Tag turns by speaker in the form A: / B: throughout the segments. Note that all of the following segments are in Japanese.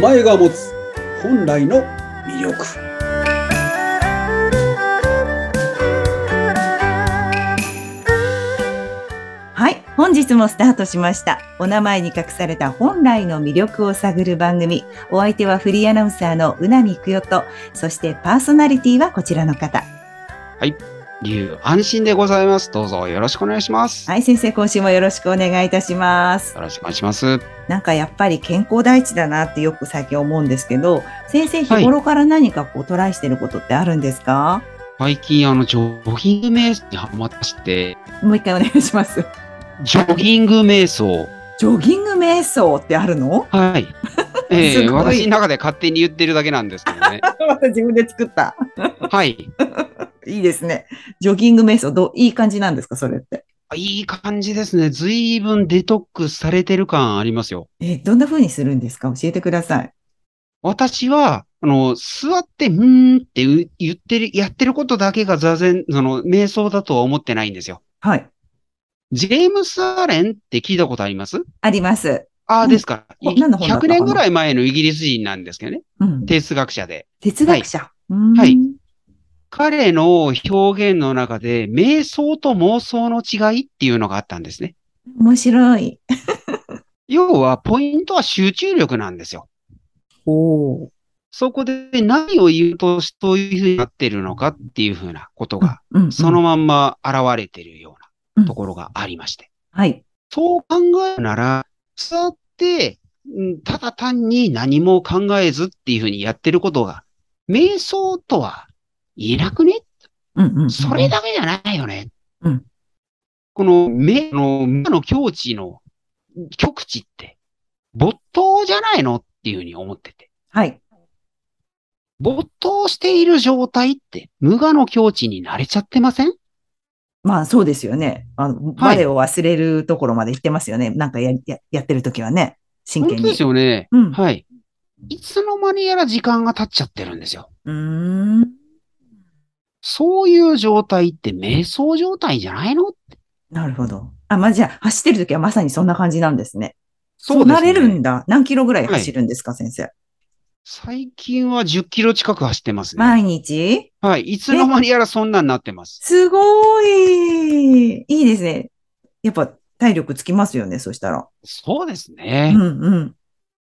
A: 前が持つ本来の魅力
B: はい本日もスタートしましたお名前に隠された本来の魅力を探る番組お相手はフリーアナウンサーのうなみくよとそしてパーソナリティはこちらの方
C: 龍安心でございます。どうぞよろしくお願いします。
B: はい先生今週もよろしくお願いいたします
C: よろしくお願いします。
B: なんかやっぱり健康第一だなってよく最近思うんですけど先生
C: はい
B: 日頃から何かこうトライしてることってあるんですか、
C: 最近、あの、ジョギング瞑想にハマってまして、
B: もう一回お願いします
C: ジョギング瞑想。
B: ジョギング瞑想ってあるの
C: はい。え
B: す
C: ー、
B: ごい
C: 私の中で勝手に言ってるだけなんですけど ね。
B: また自分で作った
C: はい。
B: いいですね。ジョギング瞑想、どう、いい感じなんですか、それって。
C: いい感じですね。随分デトックスされてる感ありますよ。
B: え、どんな風にするんですか教えてください。
C: 私は、あの、座って、うーんってう言ってる、やってることだけが座禅、その、瞑想だとは思ってないんですよ。
B: はい。
C: ジェームス・アレンって聞いたことあります
B: あります。
C: ああ、
B: うん
C: ですか。い
B: こ何の本だった
C: 100
B: かな
C: 年ぐらい前のイギリス人なんですけどね。
B: うん。
C: 哲学者で。
B: 哲学者。
C: は。
B: はい
C: 彼の表現の中で、瞑想と妄想の違いっていうのがあったんですね。
B: 面白い。
C: 要は、ポイントは集中力なんですよ。
B: おお。
C: そこで何を言うと、そういうふうになってるのかっていうふうなことが、
B: うん。
C: そのまんま現れてるようなところがありまして。
B: はい。
C: そう考えるなら、座って、うんただ単に何も考えずっていうふうにやってることが、瞑想とは言えなくね
B: うんうんうん。
C: それだけじゃないよね。
B: うん
C: この目の、目の境地の極地って、没頭じゃないのっていうふうに思ってて。
B: はい。
C: 没頭している状態って、無我の境地に慣れちゃってません
B: まあ、そうですよね。あの、
C: はい
B: 我を忘れるところまで行ってますよね。なんかや、や、やってる時はね。真
C: 本
B: 剣
C: 当で
B: に
C: す。よね。
B: うん。う
C: はい。いつの間にやら時間が経っちゃってるんですよ。
B: ーん。
C: そういう状態って瞑想状態じゃないの
B: なるほど。あ、まあ、じゃあ、走ってる時はまさにそんな感じなんですね。
C: そう
B: なれるん
C: だ。
B: だ。何キロぐらい走るんですか、先生。
C: 最近は10キロ近く走ってますね。
B: 毎日
C: はい。いつの間にやらそんなになってます。
B: すごい。いいですね。やっぱ体力つきますよね、そしたら。
C: そうです
B: う
C: ね
B: ん。うん。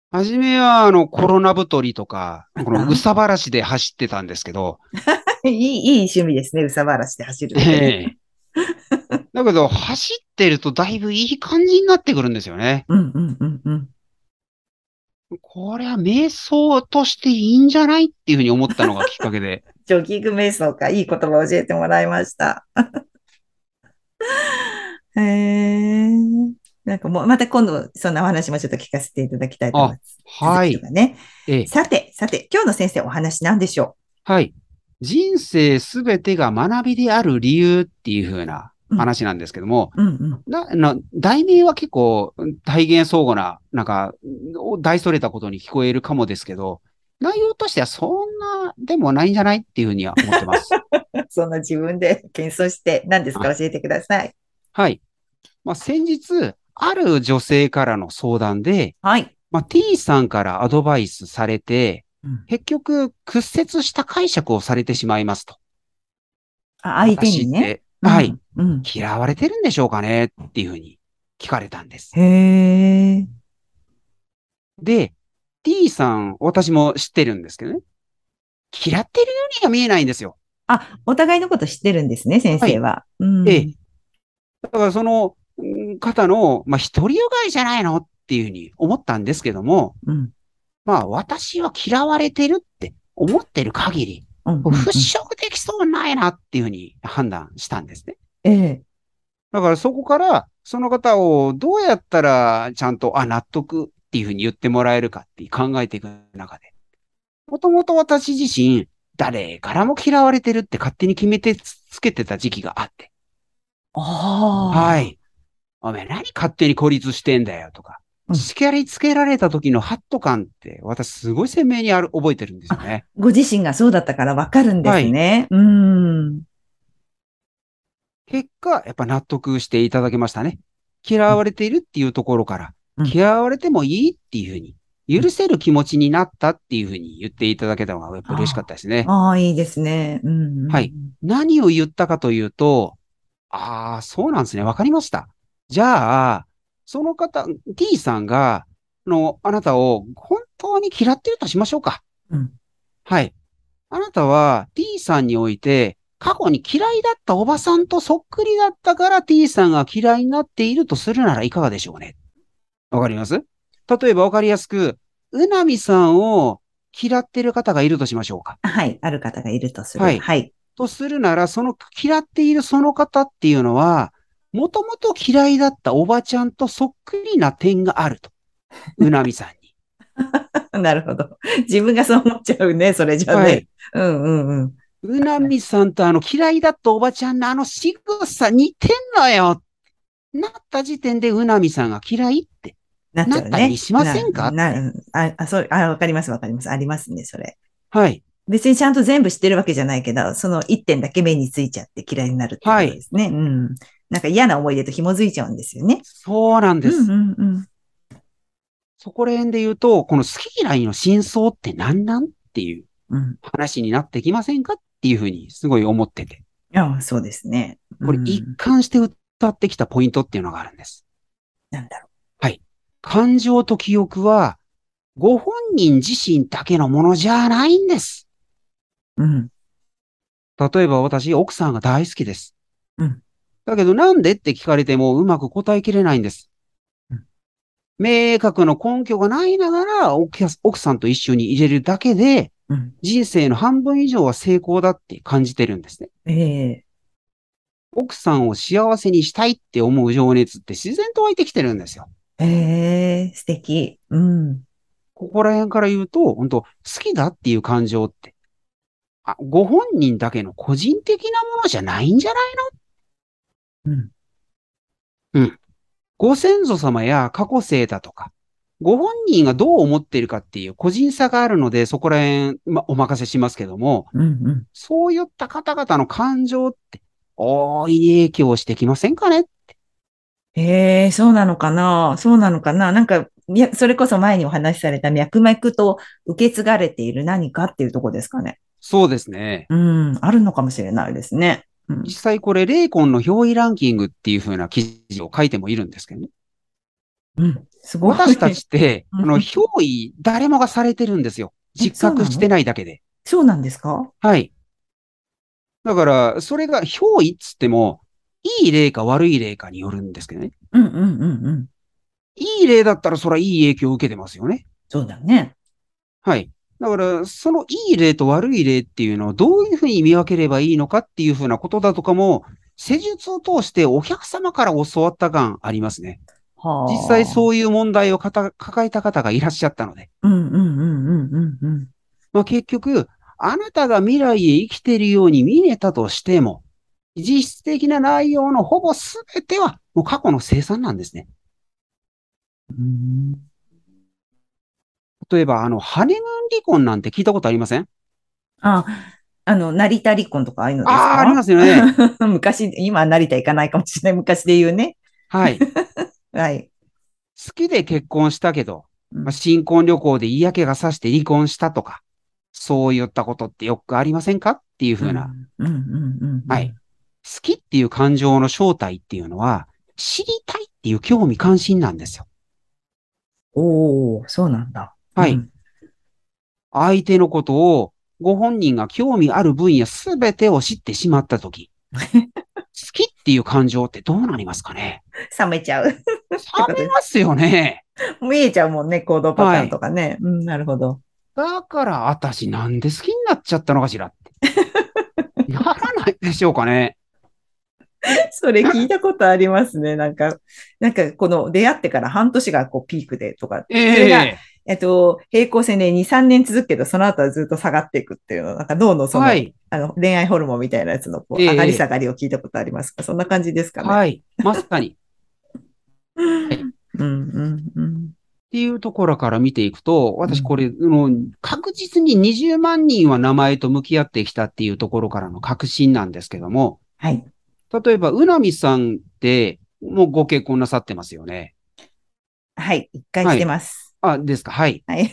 C: はじめは、あの、コロナ太りとか、こ
B: あ
C: の、うさばらしで走ってたんですけど、
B: いい、いい趣味ですね、うさばらしで走るってね。
C: ええだけど、走ってるとだいぶいい感じになってくるんですよね。
B: うんうんうんうん。
C: これは瞑想としていいんじゃないっていうふうに思ったのがきっか けで。
B: ジョギング瞑想か、いい言葉を教えてもらいました。 へえなんかもう、また今度、そんなお話もちょっと聞かせていただきたいと思います。
C: は
B: 続
C: い
B: き。がね。
C: ええ
B: さて、さて、今日の先生お話なんでしょ
C: はい。人生すべてが学びである理由っていう風な話なんですけども、
B: ううんうん。
C: なな題名は結構うん体現相互な、なんか、うん大それたことに聞こえるかもですけど、内容としてはそんなでもないんじゃないっていうふうには思って ます。
B: そんな自分で 謙遜して、何ですか教えてください。
C: はい。まあ、先日、ある女性からの相談で、
B: はい。
C: まあ、T さんからアドバイスされて、
B: うん
C: 結局、屈折した解釈をされてしまいますと。
B: あ相手にね。
C: 私ってはい。
B: うん。うん
C: 嫌われてるんでしょうかねっていうふうに聞かれたんです。
B: へえ。
C: で、T さん、私も知ってるんですけどね。嫌ってるようには見えないんですよ。
B: あ、お互いのこと知ってるんですね、先生は。うん。
C: ええ。だからそのうん方の、まあ、独りよがりじゃないのっていうふうに思ったんですけども、
B: うん。
C: まあ、私は嫌われてるって思ってる限り、
B: うんうんうん
C: 払拭できそうにないなっていうふうに判断したんですね。
B: ええ。
C: だからそこから、その方をどうやったらちゃんと、あ、納得っていうふうに言ってもらえるかって考えていく中で。もともと私自身、誰からも嫌われてるって勝手に決めてつつけてた時期があって。
B: ああ。
C: は。い。お前何勝手に孤立してんだよとか
B: う。ん
C: 叱りつけられた時のハット感って、私すごい鮮明にある、覚えてるんですよね。
B: ご自身がそうだったからわかるんですね。うん。
C: 結果、やっぱ納得していただけましたね。嫌われているっていうところから
B: う、ん
C: 嫌われてもいいっていうふうに許せる気持ちになったっていうふうに言っていただけたのがやっぱ嬉しかったですね。
B: ああ、いいですね。うん、うん。
C: はい。何を言ったかというと、ああ、そうなんですね。わかりました。じゃあ、その方、T さんが、あの、あなたを本当に嫌ってるとしましょうか。
B: うん
C: はい。あなたは T さんにおいて、過去に嫌いだったおばさんとそっくりだったから T さんが嫌いになっているとするならいかがでしょうね。わかります例えばわかりやすく、うなみさんを嫌ってる方がいるとしましょうか。
B: はい。ある方がい るとする。は。
C: はいいとするなら、その嫌っているその方っていうのは、もともと嫌いだったおばちゃんとそっくりな点があると。うなみさんに。
B: なるほど。自分がそう思っちゃうね、それじゃね。
C: はい。
B: うんうんうん。
C: うなみさんとあの嫌いだったおばちゃんのあの仕草似てんのよなった時点でうなみさんが嫌いって。
B: なっちゃうね。
C: なったりしませんか
B: ななうんあ、あ、そう、あ、わかります、わかります。ありますね、それ。
C: はい。
B: 別にちゃんと全部知ってるわけじゃないけど、その一点だけ目についちゃって嫌いになるってことですね。うん。なんか嫌な思い出と紐づいちゃうんですよね。
C: そうなんです。
B: うんうんうん。
C: そこら辺で言うと、この好き嫌いの真相って何なんっていう
B: うん。
C: 話になってきませんかっていうふうにすごい思ってて。
B: ああそうですね。
C: これ
B: うん
C: 一貫して歌ってきたポイントっていうのがあるんです。
B: なんだろ
C: 感情と記憶は、ご本人自身だけのものじゃないんです。
B: う。うん。
C: 例えば私、奥さんが大好きです。
B: うん
C: だけどなんでって聞かれてもうまく答えきれないんです。
B: うん
C: 明確の根拠がないながら、お客奥さんと一緒に入れるだけで、
B: うん。
C: 人生の半分以上は成功だって感じてるんですね。
B: ええ
C: 奥さんを幸せにしたいって思う情熱って自然と湧いてきてるんですよ。
B: ええ素敵。うん。
C: ここら辺から言うと、本当好きだっていう感情って、あ、ご本人だけの個人的なものじゃないんじゃない
B: うん。
C: ご先祖様や過去生だとか、ご本人がどう思ってるかっていう個人差があるので、そこら辺、ま、お任せしますけども、
B: うんうん。
C: そういった方々の感情って、大いに影響してきませんかね
B: ええそうなのかなそうなのかななんか、みやそれこそ前にお話しされた脈々と受け継がれている何かっていうとこですかね。
C: そうですね。
B: うん、あるのかもしれないですね。うん
C: 実際これ、レイコンの表意ランキングっていう風な記事を書いてもいるんですけどね。
B: うん、すごい。
C: 私たちって、
B: うん
C: あの、憑依、誰もがされてるんですよ。
B: え
C: 実覚してないだけで。
B: そうなんですか
C: はい。だから、それが憑依っつっても、いい例か悪い例かによるんですけどね。
B: うんうんうんうん。
C: いい例だったら、それはいい影響を受けてますよね。
B: そうだね。
C: はい。だから、そのいい例と悪い例っていうのをどういうふうに見分ければいいのかっていうふうなことだとかも、施術を通してお客様から教わった感ありますね。
B: はあ。
C: 実際
B: う。
C: そういう問題をかた抱えた方がいらっしゃったので。
B: うんうんうんうんうんうん。
C: まあ、結局、あなたが未来へ生きているように見えたとしても、実質的な内容のほぼ全ては、もう過去の生産なんですね。
B: うん
C: 例えば、あの、ハネムーン離婚なんて聞いたことありません
B: あ、あの、成田離婚とかああいうのですか
C: ああー、ありますすよね。
B: ね。 昔、今は成田行かないかもしれない。昔で言うね。
C: はい。好
B: はい。
C: きで結婚したけど、
B: うん
C: まあ、新婚旅行で嫌気がさして離婚したとか、そういったことってよくありませんかっていうふうな、好
B: うんうんうんうん。
C: はい。きっていう感情の正体っていうのは、知りたいっていう興味関心なんですよ。
B: おお、そうなんだ。
C: はい
B: うん
C: 相手のことをご本人が興味ある分野すべてを知ってしまったと き、好きっていう感情ってどうなりますかね
B: 冷めちゃう。
C: 冷めますよね。
B: 見えちゃうもんね、行動パターンとかね。うん、なるほど。
C: だから私なんで好きになっちゃったのかしら って。ならないでしょうかね。
B: それ聞いたことありますね。なんか、なんかこの出会ってから半年がこうピークでとか、それ
C: え
B: が、
C: え
B: えっと、平行線で2、3年続くけど、その後はずっと下がっていくっていうの、なんか脳のその、
C: はい。
B: あの恋愛ホルモンみたいなやつのこう
C: ええ
B: 上がり下がりを聞いたことありますか、そんな感じですかね。
C: はい。まさに。っ
B: うんうんうん。
C: ていうところから見ていくと、
B: う
C: 私
B: ん
C: これ、もう確実に20万人は名前と向き合ってきたっていうところからの確信なんですけども、
B: はい。
C: 例えば、うなみさんって、もうご結婚なさってますよね。
B: はい。一回してます。
C: あ、ですか。はい。
B: はい。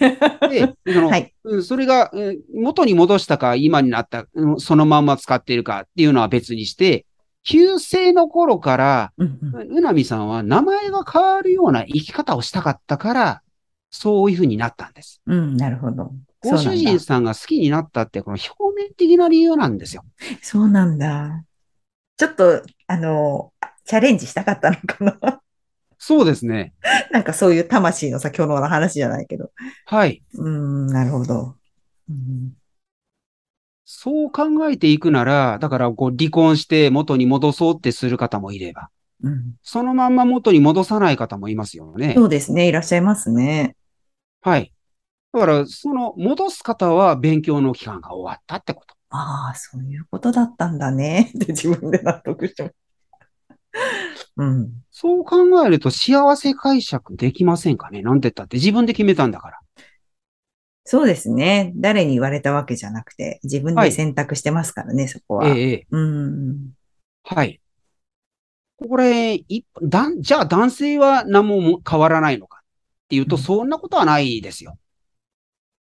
C: で、その、
B: はい
C: うんそれが、うん元に戻したか、今になった、うんそのまんま使っているかっていうのは別にして、旧姓の頃から、
B: うんうん
C: うなみさんは名前が変わるような生き方をしたかったから、そういうふうになったんです。
B: うん、なるほど。
C: ご主人さんが好きになったって、この表面的な理由なんですよ。
B: そうなんだ。ちょっと、あの、チャレンジしたかったのかな
C: そうですね。
B: なんかそういう魂の先ほどの話じゃないけど。
C: はい。
B: うん、なるほど。うん、
C: そう考えていくなら、だから、こう、離婚して元に戻そうってする方もいれば、
B: うん
C: そのまんま元に戻さない方もいますよね。
B: そうですね。いらっしゃいますね。
C: はい。だから、その、戻す方は勉強の期間が終わったってこと。
B: ああ、そういうことだったんだね。 って自分で納得してます。うん。
C: そう考えると幸せ解釈できませんかねなんて言ったって自分で決めたんだから。
B: そうですね。誰に言われたわけじゃなくて、自分
C: は
B: で
C: い
B: 選択してますからね、そこは。
C: ええええ、
B: うん。
C: はい。これ、いだんじゃあ男性は何もも変わらないのかっていうと、
B: うん
C: そんなことはないですよ。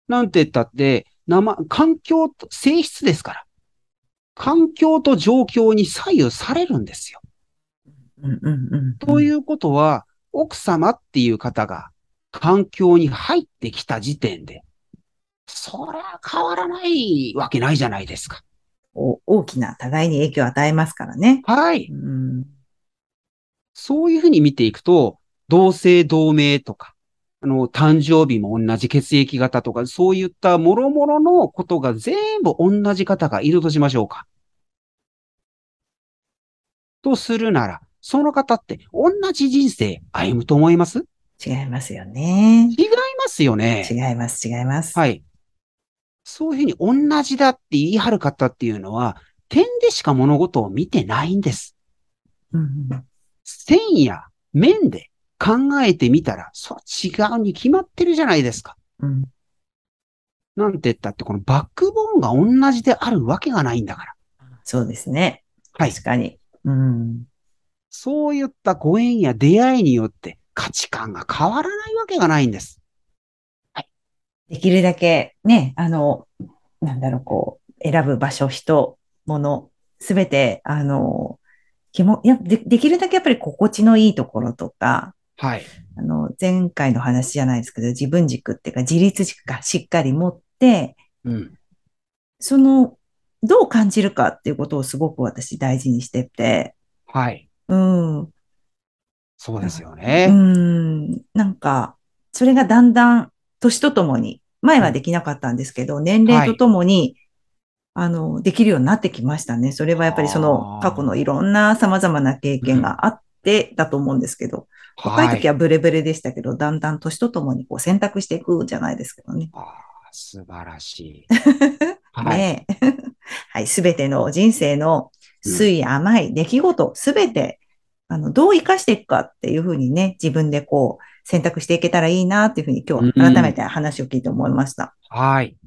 C: なんて言ったって、生、環境と、性質ですから。環境と状況に左右されるんですよ。
B: うんうんうん。
C: ということは、奥様っていう方が環境に入ってきた時点で、そりゃ変わらないわけないじゃないですか。
B: お大きな互いに影響を与えますからね。
C: はい。
B: うん。
C: そういうふうに見ていくと、同姓同名とか、あの、誕生日も同じ血液型とか、そういった諸々のことが全部同じ方がいるとしましょうか。とするなら、その方って同じ人生歩むと思います
B: 違いますよね。
C: 違いますよね。
B: 違います、違います。
C: はい。そういうふうに同じだって言い張る方っていうのは、点でしか物事を見てないんです。
B: うん
C: 線や面で考えてみたら、そう違うに決まってるじゃないですか。
B: うん。
C: なんて言ったって、このバックボーンが同じであるわけがないんだから。
B: そうですね。
C: はい
B: 確かに。うん。
C: そういったご縁や出会いによって価値観が変わらないわけがないんです。
B: できるだけ、ね、あの、なんだろう、こう、選ぶ場所、人、もの、すべて、あの、気もやで、できるだけやっぱり心地のいいところとか、
C: はい。
B: あの、前回の話じゃないですけど、自分軸っていうか、自立軸がしっかり持って、
C: うん。
B: その、どう感じるかっていうことをすごく私大事にしてて、
C: はい。
B: うん。う
C: そうですよね。
B: ん。なんか、それがだんだん、年とともに、前はできなかったんですけど、年齢とともに、あの、できるようになってきましたね。それはやっぱりその
C: あー
B: 過去のいろんな様々な経験があってだと思うんですけど、若い時
C: は
B: はブレブレでしたけど、だんだん年とともにこう選択していくじゃないですけどね。
C: い。あー素晴ら しい。はい。
B: ね え。はい。すべての人生の酸い甘い出来事、すべて、あの、どう生かしていくかっていうふうにね、自分でこう、選択していけたらいいなっていうふうに今日
C: うん
B: 改めて話を聞いて思いました。
C: はい。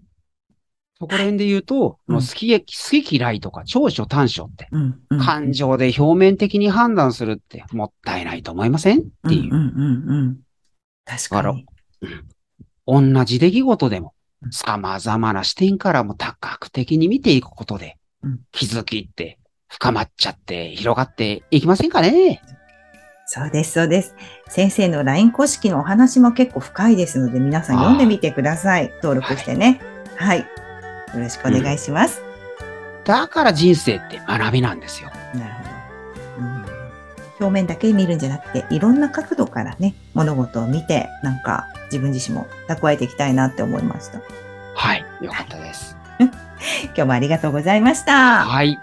C: そこら辺で言うと、
B: うん
C: もう好き、好き嫌いとか長所短所って、
B: うん。うん
C: 感情で表面的に判断するってもったいないと思いませんっていう
B: う。んうんうんうん。確か
C: あら
B: に。
C: 同じ出来事でも、様々な視点からも多角的に見ていくことで
B: うん、
C: 気づきって深まっちゃって広がっていきませんかね
B: そうです、そうです。先生の LINE 公式のお話も結構深いですので、皆さん読んでみてください。登録してね。はい。よろしくお願いします。
C: だから人生って学びなんですよ。
B: なるほど、うん。表面だけ見るんじゃなくて、いろんな角度からね、物事を見て、なんか自分自身も蓄えていきたいなって思いました。
C: はい。よかったです。
B: 今日もありがとうございました。
C: はい。